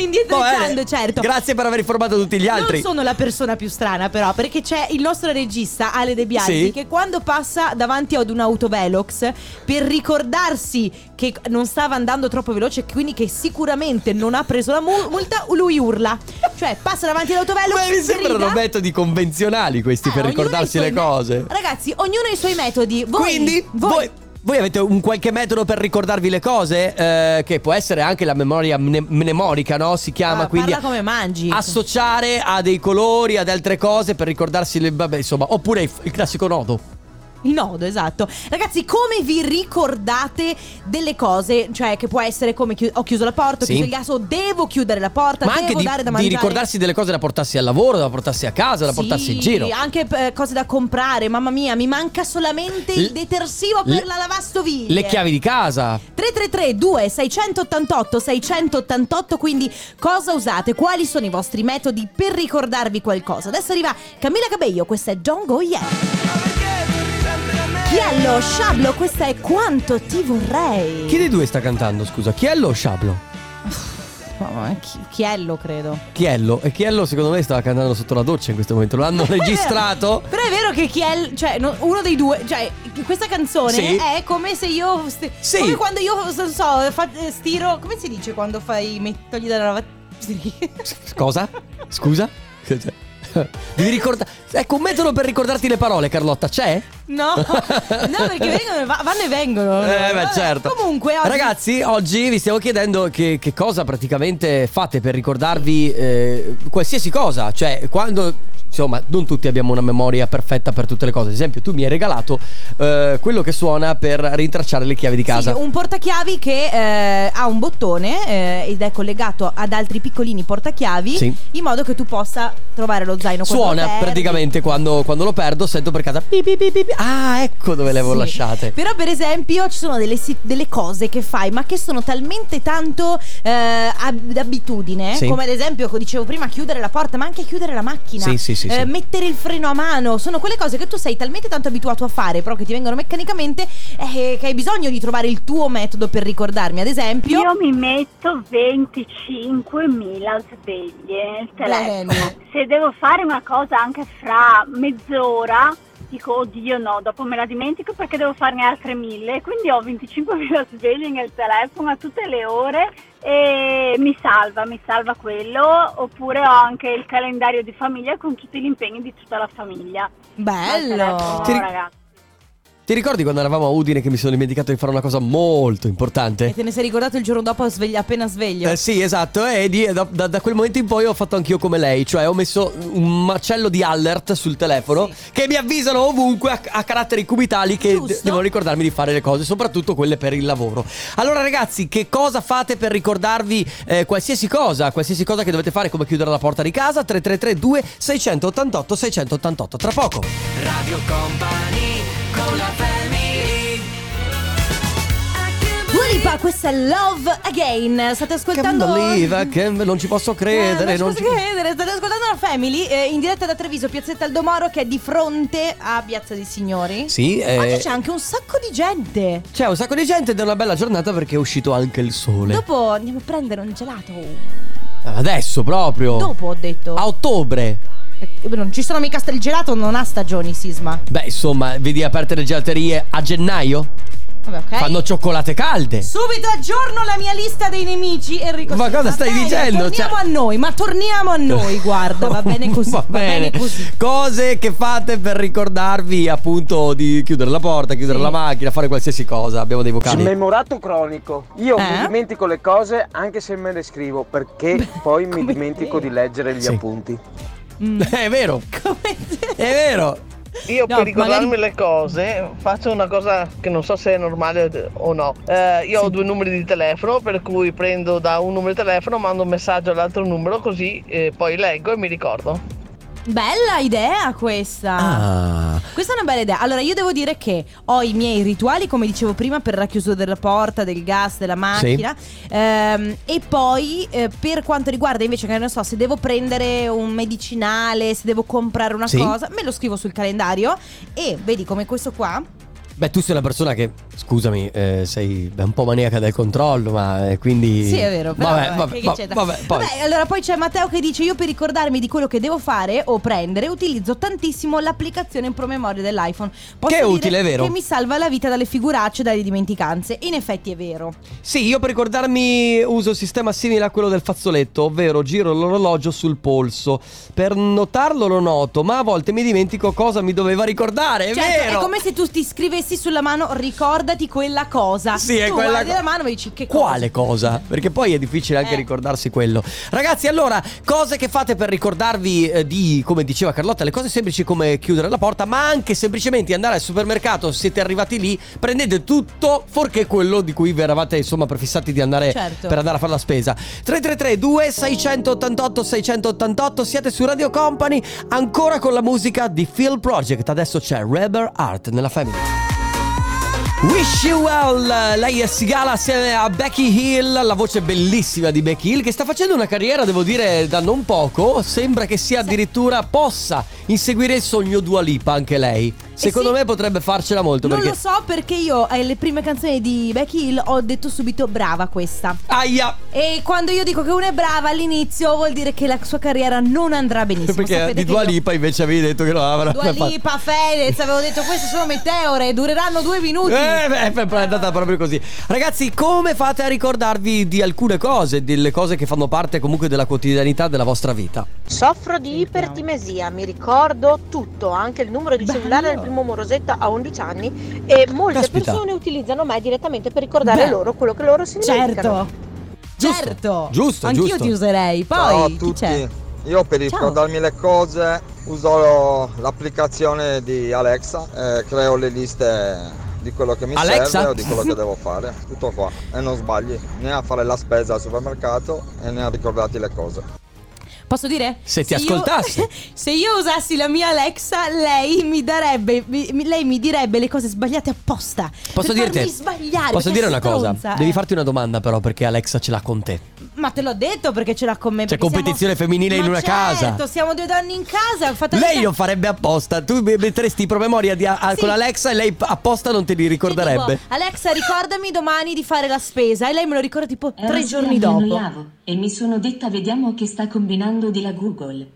Speaker 1: Indietreggiando,
Speaker 2: Bene.
Speaker 1: certo.
Speaker 2: Grazie per aver informato tutti gli altri.
Speaker 1: Non sono la persona più strana, però, perché c'è il nostro regista Ale De Biasi
Speaker 2: Sì.
Speaker 1: che quando passa davanti ad un autovelox per ricordarsi che non stava andando troppo veloce, quindi che sicuramente non ha preso la mu- multa, lui urla. Cioè, passa davanti all'autovelox.
Speaker 2: Ma mi sembrano
Speaker 1: grida.
Speaker 2: metodi convenzionali questi
Speaker 1: Eh,
Speaker 2: per
Speaker 1: ognuno
Speaker 2: ricordarsi
Speaker 1: ha i
Speaker 2: le
Speaker 1: suoi
Speaker 2: cose.
Speaker 1: me- Ragazzi, ognuno ha i suoi metodi. Voi,
Speaker 2: Quindi voi... voi avete un qualche metodo per ricordarvi le cose? Eh, che può essere anche la memoria mne- mnemonica, no? Si chiama
Speaker 1: Ah,
Speaker 2: quindi.
Speaker 1: parla come mangi.
Speaker 2: Associare a dei colori, ad altre cose per ricordarsi le. Vabbè, insomma, oppure il, il classico nodo.
Speaker 1: Il nodo, esatto. Ragazzi, come vi ricordate delle cose? Cioè, che può essere come chi- ho chiuso la porta, ho
Speaker 2: Sì.
Speaker 1: chiuso il gas, o devo chiudere la porta,
Speaker 2: Ma
Speaker 1: devo
Speaker 2: anche di,
Speaker 1: dare da
Speaker 2: di
Speaker 1: mangiare.
Speaker 2: ricordarsi delle cose da portarsi al lavoro, da portarsi a casa, da
Speaker 1: Sì,
Speaker 2: portarsi in giro.
Speaker 1: Anche eh, cose da comprare, mamma mia, mi manca solamente
Speaker 2: L-
Speaker 1: il detersivo per
Speaker 2: le-
Speaker 1: la lavastoviglie.
Speaker 2: Le chiavi di casa.
Speaker 1: 333 2688 688 quindi cosa usate? Quali sono i vostri metodi per ricordarvi qualcosa? Adesso arriva Camilla Cabello, questa è Don't Go Yet.
Speaker 3: Perché tu riprendi la
Speaker 1: Chiello, Sciablo, questa è quanto ti vorrei.
Speaker 2: Chi dei due sta cantando, scusa? Chiello o Sciablo?
Speaker 1: Mamma mia, chi- Chiello, credo.
Speaker 2: Chiello. E Chiello secondo me stava cantando sotto la doccia in questo momento. L'hanno registrato.
Speaker 1: Però è vero che Chiello, cioè no, uno dei due, cioè questa canzone
Speaker 2: Sì.
Speaker 1: è come se io sti-
Speaker 2: Sì.
Speaker 1: come quando io non so, fa- stiro, come si dice quando fai met- togli dalla lavatrice?
Speaker 2: Cosa? Scusa? Devi ricordare. Ecco un metodo per ricordarti le parole, Carlotta, c'è?
Speaker 1: No, no, perché vengono, va- vanno e vengono.
Speaker 2: Eh, beh,
Speaker 1: Vabbè,
Speaker 2: certo.
Speaker 1: Comunque, oggi
Speaker 2: ragazzi, oggi vi stiamo chiedendo che, che cosa praticamente fate per ricordarvi eh, qualsiasi cosa. Cioè, quando. Insomma, non tutti abbiamo una memoria perfetta per tutte le cose. Ad esempio, tu mi hai regalato eh, quello che suona per rintracciare le chiavi di casa.
Speaker 1: Sì, un portachiavi che eh, ha un bottone eh, ed è collegato ad altri piccolini portachiavi
Speaker 2: Sì.
Speaker 1: in modo che tu possa trovare lo zaino quando
Speaker 2: Suona
Speaker 1: lo perdi.
Speaker 2: praticamente quando, quando lo perdo, sento per casa. pi, pi, pi, pi, pi. Ah, ecco dove le avevo
Speaker 1: Sì.
Speaker 2: lasciate.
Speaker 1: Però per esempio ci sono delle, si- delle cose che fai ma che sono talmente tanto eh, ab- d'abitudine
Speaker 2: Sì.
Speaker 1: Come ad esempio, come dicevo prima, chiudere la porta ma anche chiudere la macchina
Speaker 2: Sì, sì, sì,
Speaker 1: eh,
Speaker 2: sì.
Speaker 1: Mettere il freno a mano Sono quelle cose che tu sei talmente tanto abituato a fare però che ti vengono meccanicamente eh, Che hai bisogno di trovare il tuo metodo per ricordarmi Ad esempio
Speaker 11: Io mi metto 25.000 sveglie nel telefono.
Speaker 1: Bene.
Speaker 11: Se devo fare una cosa anche fra mezz'ora, dico oddio no, dopo me la dimentico perché devo farne altre mille. Quindi ho 25.000 sveglie nel telefono a tutte le ore e mi salva, mi salva quello. Oppure ho anche il calendario di famiglia con tutti gli impegni di tutta la famiglia. Ma il
Speaker 1: Bello
Speaker 11: telefono,
Speaker 2: Ti ri-
Speaker 11: ragazzi.
Speaker 2: Ti ricordi quando eravamo a Udine che mi sono dimenticato di fare una cosa molto importante?
Speaker 1: E te ne sei ricordato il giorno dopo svegli- appena sveglio
Speaker 2: Eh, sì, esatto, e di- da, da- da quel momento in poi ho fatto anch'io come lei, cioè ho messo un macello di alert sul telefono che mi avvisano ovunque a, a caratteri cubitali che
Speaker 1: Giusto.
Speaker 2: d- devono ricordarmi di fare le cose, soprattutto quelle per il lavoro. Allora ragazzi, che cosa fate per ricordarvi eh, qualsiasi cosa, qualsiasi cosa che dovete fare come chiudere la porta di casa? 3332 688 688 tra poco.
Speaker 3: Radio Company con la family
Speaker 1: Dua Lipa, questa è Love Again. State ascoltando.
Speaker 2: Can't believe, I can't- non ci posso credere,
Speaker 1: Eh, non
Speaker 2: non
Speaker 1: ci
Speaker 2: ci-
Speaker 1: posso credere. State ascoltando la Family eh, in diretta da Treviso, Piazzetta Aldomoro, che è di fronte a Piazza dei Signori.
Speaker 2: Sì, eh,
Speaker 1: Oggi c'è anche un sacco di gente.
Speaker 2: c'è un sacco di gente ed è una bella giornata perché è uscito anche il sole.
Speaker 1: Dopo andiamo a prendere un gelato.
Speaker 2: Oh. Adesso proprio.
Speaker 1: Dopo ho detto.
Speaker 2: A ottobre.
Speaker 1: Eh, Non ci sono mica sta- il gelato, non ha stagioni, sisma.
Speaker 2: Beh, insomma, vedi aperte le gelaterie a gennaio?
Speaker 1: Vabbè, ok.
Speaker 2: Fanno cioccolate calde.
Speaker 1: Subito aggiorno la mia lista dei nemici, Enrico.
Speaker 2: Ma
Speaker 1: Sisma.
Speaker 2: cosa stai
Speaker 1: Bene,
Speaker 2: dicendo?
Speaker 1: Torniamo
Speaker 2: Cioè-
Speaker 1: a noi, ma torniamo a noi, guarda, va bene così.
Speaker 2: Va bene.
Speaker 1: così.
Speaker 2: Cose che fate per ricordarvi appunto di chiudere la porta, chiudere
Speaker 1: Sì.
Speaker 2: la macchina, fare qualsiasi cosa. Abbiamo dei vocali.
Speaker 12: Memorato cronico. Io
Speaker 1: Eh?
Speaker 12: mi dimentico le cose anche se me le scrivo perché poi mi dimentico di leggere gli
Speaker 2: Sì.
Speaker 12: appunti.
Speaker 1: Mm.
Speaker 2: È vero,
Speaker 1: Come te?
Speaker 2: è vero.
Speaker 13: Io
Speaker 1: No,
Speaker 13: per ricordarmi
Speaker 1: magari-
Speaker 13: le cose faccio una cosa che non so se è normale o no. Eh, io ho due numeri di telefono per cui prendo da un numero di telefono, mando un messaggio all'altro numero così eh, poi leggo e mi ricordo.
Speaker 1: Bella idea questa.
Speaker 2: Ah.
Speaker 1: Questa è una bella idea. Allora, io devo dire che ho i miei rituali, come dicevo prima, per la chiusura della porta, del gas, della macchina. Ehm, e poi, eh, per quanto riguarda invece, che non so, se devo prendere un medicinale, se devo comprare una
Speaker 2: Sì.
Speaker 1: cosa, me lo scrivo sul calendario. E vedi come questo qua.
Speaker 2: Beh, tu sei una persona che, scusami, eh, sei un po' maniaca del controllo, ma eh, quindi...
Speaker 1: Sì, è vero. Però,
Speaker 2: vabbè,
Speaker 1: eh,
Speaker 2: vabbè,
Speaker 1: che- che
Speaker 2: va-
Speaker 1: c'entra?
Speaker 2: vabbè, poi.
Speaker 1: Vabbè, allora poi c'è Matteo che dice: Io per ricordarmi di quello che devo fare o prendere, utilizzo tantissimo l'applicazione in promemoria dell'iPhone. Posso
Speaker 2: Che è
Speaker 1: dire
Speaker 2: utile, è vero.
Speaker 1: Che mi salva la vita dalle figuracce e dalle dimenticanze. In effetti è vero.
Speaker 2: Sì, io per ricordarmi uso un sistema simile a quello del fazzoletto, ovvero giro l'orologio sul polso. Per notarlo lo noto, ma a volte mi dimentico cosa mi doveva ricordare, è
Speaker 1: Cioè,
Speaker 2: vero!
Speaker 1: È come se tu ti scrivessi sulla mano, ricordati quella cosa.
Speaker 2: Sì, è
Speaker 1: tu
Speaker 2: quella
Speaker 1: guardi
Speaker 2: co-
Speaker 1: la mano e dici che
Speaker 2: Quale cosa? Perché poi è difficile anche
Speaker 1: Eh.
Speaker 2: ricordarsi quello. Ragazzi, allora, cose che fate per ricordarvi eh, di, come diceva Carlotta, le cose semplici come chiudere la porta, ma anche semplicemente andare al supermercato, siete arrivati lì, prendete tutto forché quello di cui vi eravate insomma prefissati di andare
Speaker 1: Certo.
Speaker 2: per andare a fare la spesa. 333 2688 688 siete su Radio Company, ancora con la musica di Phil Project. Adesso c'è Rebel Art nella famiglia. Wish You Well, lei è Sigala assieme a Becky Hill, la voce bellissima di Becky Hill che sta facendo una carriera, devo dire, da non poco, sembra che sia addirittura possa inseguire il sogno Dua Lipa anche lei. Secondo
Speaker 1: Eh sì.
Speaker 2: me potrebbe farcela molto
Speaker 1: Non
Speaker 2: perché
Speaker 1: lo so perché io alle prime canzoni di Becky Hill ho detto subito brava questa.
Speaker 2: Aia!
Speaker 1: E quando io dico che una è brava all'inizio vuol dire che la sua carriera non andrà benissimo.
Speaker 2: Perché
Speaker 1: Sapete
Speaker 2: di
Speaker 1: che
Speaker 2: Dua
Speaker 1: io-
Speaker 2: Lipa invece avevi detto che non avrà
Speaker 1: Dua
Speaker 2: fatto.
Speaker 1: Lipa, Fedez, avevo detto queste sono meteore, dureranno due minuti.
Speaker 2: Eh, beh, è andata proprio così. Ragazzi, come fate a ricordarvi di alcune cose, delle cose che fanno parte comunque della quotidianità della vostra vita?
Speaker 14: Soffro di ipertimesia, mi ricordo tutto, anche il numero di cellulare del primo Morosetta a 11 anni e molte
Speaker 2: Caspita.
Speaker 14: persone utilizzano me direttamente per ricordare
Speaker 1: Beh.
Speaker 14: loro quello che loro si dimenticano.
Speaker 1: Certo. Certo.
Speaker 2: Giusto,
Speaker 1: Anch'io
Speaker 2: giusto.
Speaker 1: ti userei. Poi
Speaker 15: Ciao a
Speaker 1: chi
Speaker 15: tutti.
Speaker 1: c'è?
Speaker 15: Io per
Speaker 1: Ciao.
Speaker 15: ricordarmi le cose uso l'applicazione di Alexa, eh, creo le liste di quello che mi
Speaker 2: Alexa?
Speaker 15: serve o di quello che devo fare, tutto qua e non sbagli né a fare la spesa al supermercato e né a ricordarti le cose.
Speaker 1: Posso dire?
Speaker 2: Se ti
Speaker 1: io-
Speaker 2: ascoltassi.
Speaker 1: se io usassi la mia Alexa, lei mi darebbe mi- mi- lei mi direbbe le cose sbagliate apposta.
Speaker 2: Posso
Speaker 1: per
Speaker 2: dirti?
Speaker 1: farmi sbagliare.
Speaker 2: Posso
Speaker 1: perché
Speaker 2: dire
Speaker 1: sei
Speaker 2: una cosa?
Speaker 1: stronza,
Speaker 2: Devi
Speaker 1: eh.
Speaker 2: farti una domanda però perché Alexa ce l'ha con te.
Speaker 1: Ma te l'ho detto perché ce l'ha con me.
Speaker 2: C'è
Speaker 1: perché siamo-
Speaker 2: competizione femminile in
Speaker 1: Ma
Speaker 2: una casa.
Speaker 1: Certo, siamo due donne in casa. ho fatto
Speaker 2: Lei lo farebbe apposta, tu me- metteresti i promemoria di a- a-
Speaker 1: Sì.
Speaker 2: con Alexa e lei p- apposta non te li ricorderebbe.
Speaker 1: Tipo, Alexa, ricordami domani di fare la spesa. E lei me lo ricorda tipo
Speaker 16: Eh
Speaker 1: tre giorni dopo.
Speaker 16: e mi sono detta vediamo che sta combinando di la Google.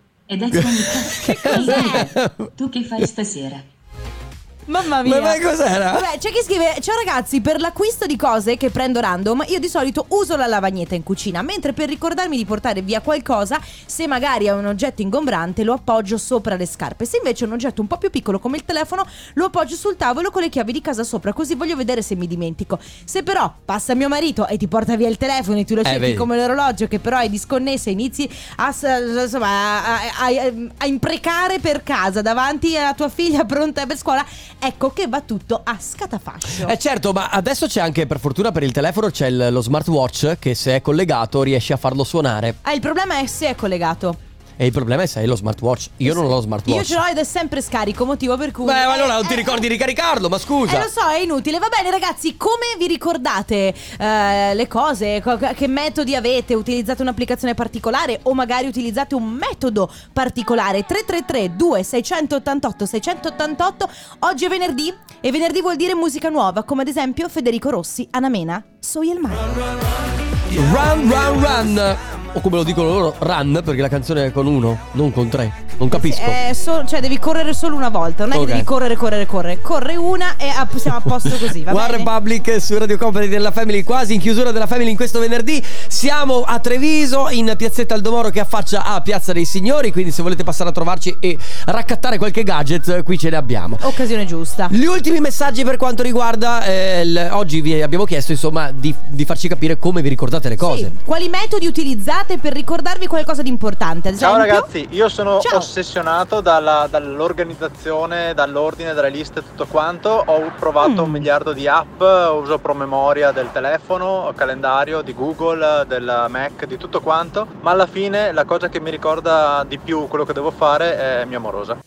Speaker 16: Ed ecco che eh. Tu che fai stasera?
Speaker 1: Mamma
Speaker 16: Ma
Speaker 1: mia.
Speaker 16: vai, cos'era?
Speaker 1: Vabbè, c'è chi scrive: Ciao ragazzi, per l'acquisto di cose che prendo random, io di solito uso la lavagnetta in cucina. Mentre per ricordarmi di portare via qualcosa, se magari è un oggetto ingombrante, lo appoggio sopra le scarpe. Se invece è un oggetto un po' più piccolo, come il telefono, lo appoggio sul tavolo con le chiavi di casa sopra. Così voglio vedere se mi dimentico. Se però passa mio marito e ti porta via il telefono e tu lo
Speaker 2: Eh,
Speaker 1: cerchi
Speaker 2: vedi.
Speaker 1: come l'orologio, che però è disconnesso e inizi a, s- insomma, a- a- a- a imprecare per casa davanti alla tua figlia pronta per scuola, ecco che va tutto a scatafascio.
Speaker 2: Eh certo, ma adesso c'è anche per fortuna per il telefono c'è il- lo smartwatch che se è collegato riesce a farlo suonare.
Speaker 1: Ah, il problema è se è collegato.
Speaker 2: E il problema è se hai lo smartwatch. Io non ho lo smartwatch.
Speaker 1: Io ce l'ho ed è sempre scarico, motivo per cui.
Speaker 2: Beh, ma allora non
Speaker 1: Eh,
Speaker 2: ti
Speaker 1: eh,
Speaker 2: ricordi di ricaricarlo, ma
Speaker 1: Eh,
Speaker 2: scusa.
Speaker 1: lo so, è inutile. Va bene, ragazzi, come vi ricordate eh, le cose? Co- che metodi avete? Utilizzate un'applicazione particolare o magari utilizzate un metodo particolare? 333-2688-688. Oggi è venerdì e venerdì vuol dire musica nuova, come ad esempio Federico Rossi, Anamena, Soy il mare.
Speaker 2: Run, run, run. O come lo dicono loro, run, perché la canzone è con uno, non con tre. Non capisco.
Speaker 1: Eh, so- cioè, devi correre solo una volta, non è
Speaker 2: Ok.
Speaker 1: che devi correre, correre, correre. Corre una e a- siamo a posto così, va
Speaker 2: One
Speaker 1: bene?
Speaker 2: Republic su Radio Company della Family, quasi in chiusura della Family in questo venerdì. Siamo a Treviso, in piazzetta Aldomoro che affaccia a Piazza dei Signori. Quindi, se volete passare a trovarci e raccattare qualche gadget, qui ce ne abbiamo.
Speaker 1: Occasione giusta.
Speaker 2: Gli ultimi messaggi per quanto riguarda eh, il- oggi vi abbiamo chiesto insomma di, di farci capire come vi ricordate le cose.
Speaker 1: Sì, Quali metodi utilizzate per ricordarvi qualcosa di importante? Ad
Speaker 8: Ciao
Speaker 1: esempio-
Speaker 8: ragazzi, io sono
Speaker 1: Ciao.
Speaker 8: ossessionato dalla- dall'organizzazione, dall'ordine, dalle liste e tutto quanto. Ho provato
Speaker 1: Mm.
Speaker 8: un miliardo di app, uso promemoria del telefono, calendario, di Google, del Mac, di tutto quanto. Ma alla fine la cosa che mi ricorda di più quello che devo fare è mia morosa.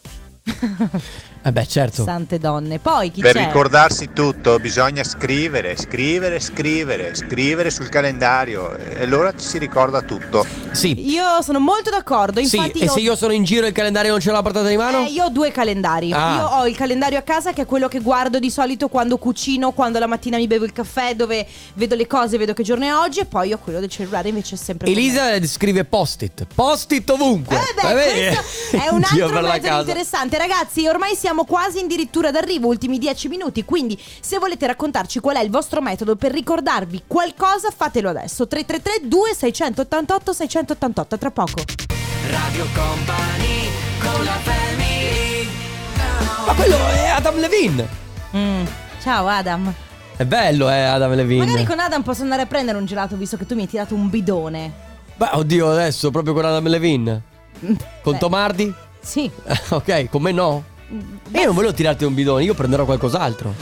Speaker 2: Eh beh, certo.
Speaker 1: Sante donne. Poi chi
Speaker 17: Per
Speaker 1: c'è?
Speaker 17: ricordarsi tutto bisogna scrivere, scrivere, scrivere, scrivere sul calendario e allora ci si ricorda tutto.
Speaker 2: Sì.
Speaker 1: Io sono molto d'accordo.
Speaker 2: Sì,
Speaker 1: Infatti,
Speaker 2: e
Speaker 1: io,
Speaker 2: se io sono in giro e il calendario non ce l'ho a portata di mano?
Speaker 1: Eh, io ho due calendari.
Speaker 2: Ah.
Speaker 1: Io ho il calendario a casa che è quello che guardo di solito quando cucino, quando la mattina mi bevo il caffè, dove vedo le cose, vedo che giorno è oggi. E poi ho quello del cellulare invece è sempre. con me.
Speaker 2: Elisa scrive post-it, post-it ovunque.
Speaker 1: Eh beh, questo è un
Speaker 2: Dio
Speaker 1: altro
Speaker 2: per la
Speaker 1: metodo
Speaker 2: casa.
Speaker 1: interessante. Ragazzi, ormai siamo quasi addirittura d'arrivo, ultimi 10 minuti. Quindi, se volete raccontarci qual è il vostro metodo per ricordarvi qualcosa, fatelo adesso. 333 2688 688 tra poco.
Speaker 3: Radio Company con la family.
Speaker 2: Ma quello è Adam Levine.
Speaker 1: Mm, Ciao Adam.
Speaker 2: È bello, eh, Adam Levine.
Speaker 1: Magari con Adam posso andare a prendere un gelato visto che tu mi hai tirato un bidone.
Speaker 2: Beh, oddio, adesso proprio con Adam Levine. Con
Speaker 1: Mm, Beh.
Speaker 2: Tomardi?
Speaker 1: Sì.
Speaker 2: Ok, con me no. Io non volevo tirarti un bidone, io prenderò qualcos'altro.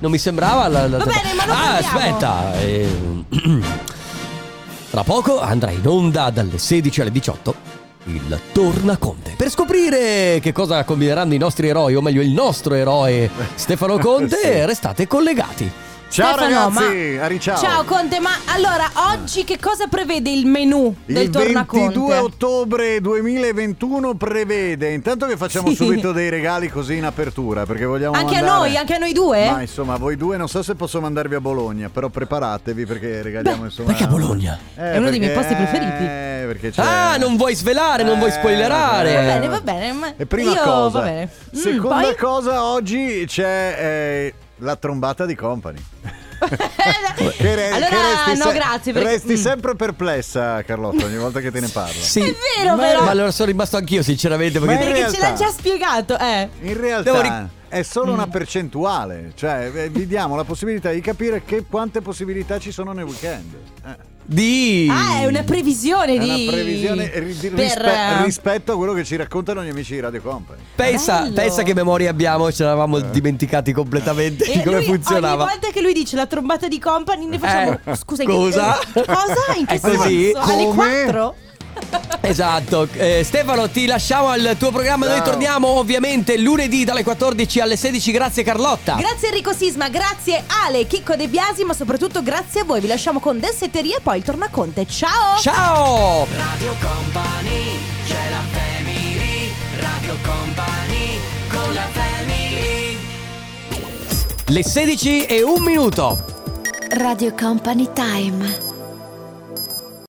Speaker 2: Non mi sembrava la. la-
Speaker 1: Va bene, ma non
Speaker 2: Ah,
Speaker 1: parliamo.
Speaker 2: aspetta. eh, Tra poco andrà in onda dalle 16 alle 18 il Tornaconte. Per scoprire che cosa combineranno i nostri eroi, o meglio il nostro eroe Stefano Conte,
Speaker 18: Sì.
Speaker 2: restate collegati.
Speaker 18: Ciao,
Speaker 1: Stefano,
Speaker 18: ragazzi.
Speaker 1: ma...
Speaker 18: Ari, ciao.
Speaker 1: Conte, ma allora oggi che cosa prevede il menù del
Speaker 18: Il
Speaker 1: tornaconte?
Speaker 18: 22 ottobre 2021 prevede, intanto che facciamo
Speaker 1: Sì.
Speaker 18: subito dei regali così in apertura, perché vogliamo
Speaker 1: Anche a
Speaker 18: mandare-
Speaker 1: noi, anche a noi due?
Speaker 18: Ma insomma, voi due non so se posso mandarvi a Bologna, però preparatevi perché regaliamo insomma
Speaker 2: perché a Bologna?
Speaker 1: È uno dei miei posti preferiti.
Speaker 18: Eh, perché c'è
Speaker 2: Ah, non vuoi svelare, non vuoi
Speaker 18: Eh,
Speaker 2: spoilerare.
Speaker 1: cioè, Va bene, va bene, ma
Speaker 18: E prima
Speaker 1: io
Speaker 18: cosa,
Speaker 1: va bene. Mm,
Speaker 18: seconda
Speaker 1: poi?
Speaker 18: cosa oggi c'è eh, la trombata di Company. Che re-
Speaker 1: Allora,
Speaker 18: che resti
Speaker 1: no,
Speaker 18: se-
Speaker 1: grazie, perché-
Speaker 18: Resti
Speaker 1: mm.
Speaker 18: sempre perplessa, Carlotta, ogni volta che te ne parlo.
Speaker 2: Sì. È
Speaker 1: vero,
Speaker 18: Ma-
Speaker 1: però.
Speaker 2: Ma allora sono rimasto anch'io, sinceramente. Perché...
Speaker 18: Ma in
Speaker 1: Perché ce l'ha
Speaker 18: realtà-
Speaker 1: già spiegato, eh.
Speaker 18: In realtà
Speaker 2: Devo ri-
Speaker 18: è solo
Speaker 1: Mm.
Speaker 18: una percentuale, cioè eh, vi diamo la possibilità di capire che quante possibilità ci sono nel weekend. Eh,
Speaker 2: Di.
Speaker 1: Ah, è una previsione
Speaker 18: È
Speaker 1: di
Speaker 18: una previsione ri- di-
Speaker 1: per,
Speaker 18: rispe-
Speaker 1: eh,
Speaker 18: rispetto a quello che ci raccontano gli amici di Radio Company.
Speaker 2: Pensa,
Speaker 1: Bello.
Speaker 2: pensa che memoria abbiamo, ce l'avamo dimenticati completamente
Speaker 1: e
Speaker 2: di come
Speaker 1: lui,
Speaker 2: funzionava.
Speaker 1: Ogni volta che lui dice la trombata di company, ne facciamo.
Speaker 2: Eh,
Speaker 1: Scusa,
Speaker 2: cosa?
Speaker 1: eh, cosa? In che
Speaker 2: È così?
Speaker 1: senso? Alle
Speaker 2: Come?
Speaker 1: 4?
Speaker 2: Esatto, Eh, Stefano ti lasciamo al tuo programma, noi
Speaker 18: Ciao.
Speaker 2: torniamo ovviamente lunedì dalle 14 alle 16, grazie
Speaker 18: Ah.
Speaker 2: Carlotta.
Speaker 1: Grazie Enrico Sisma, grazie Ale, Chicco De Biasi, ma soprattutto grazie a voi. Vi lasciamo con Densetteria e poi il tornaconte. Ciao!
Speaker 2: Ciao!
Speaker 3: Radio Company, c'è la family, Radio Company, con la family.
Speaker 2: Le 16 e un minuto.
Speaker 9: Radio Company Time.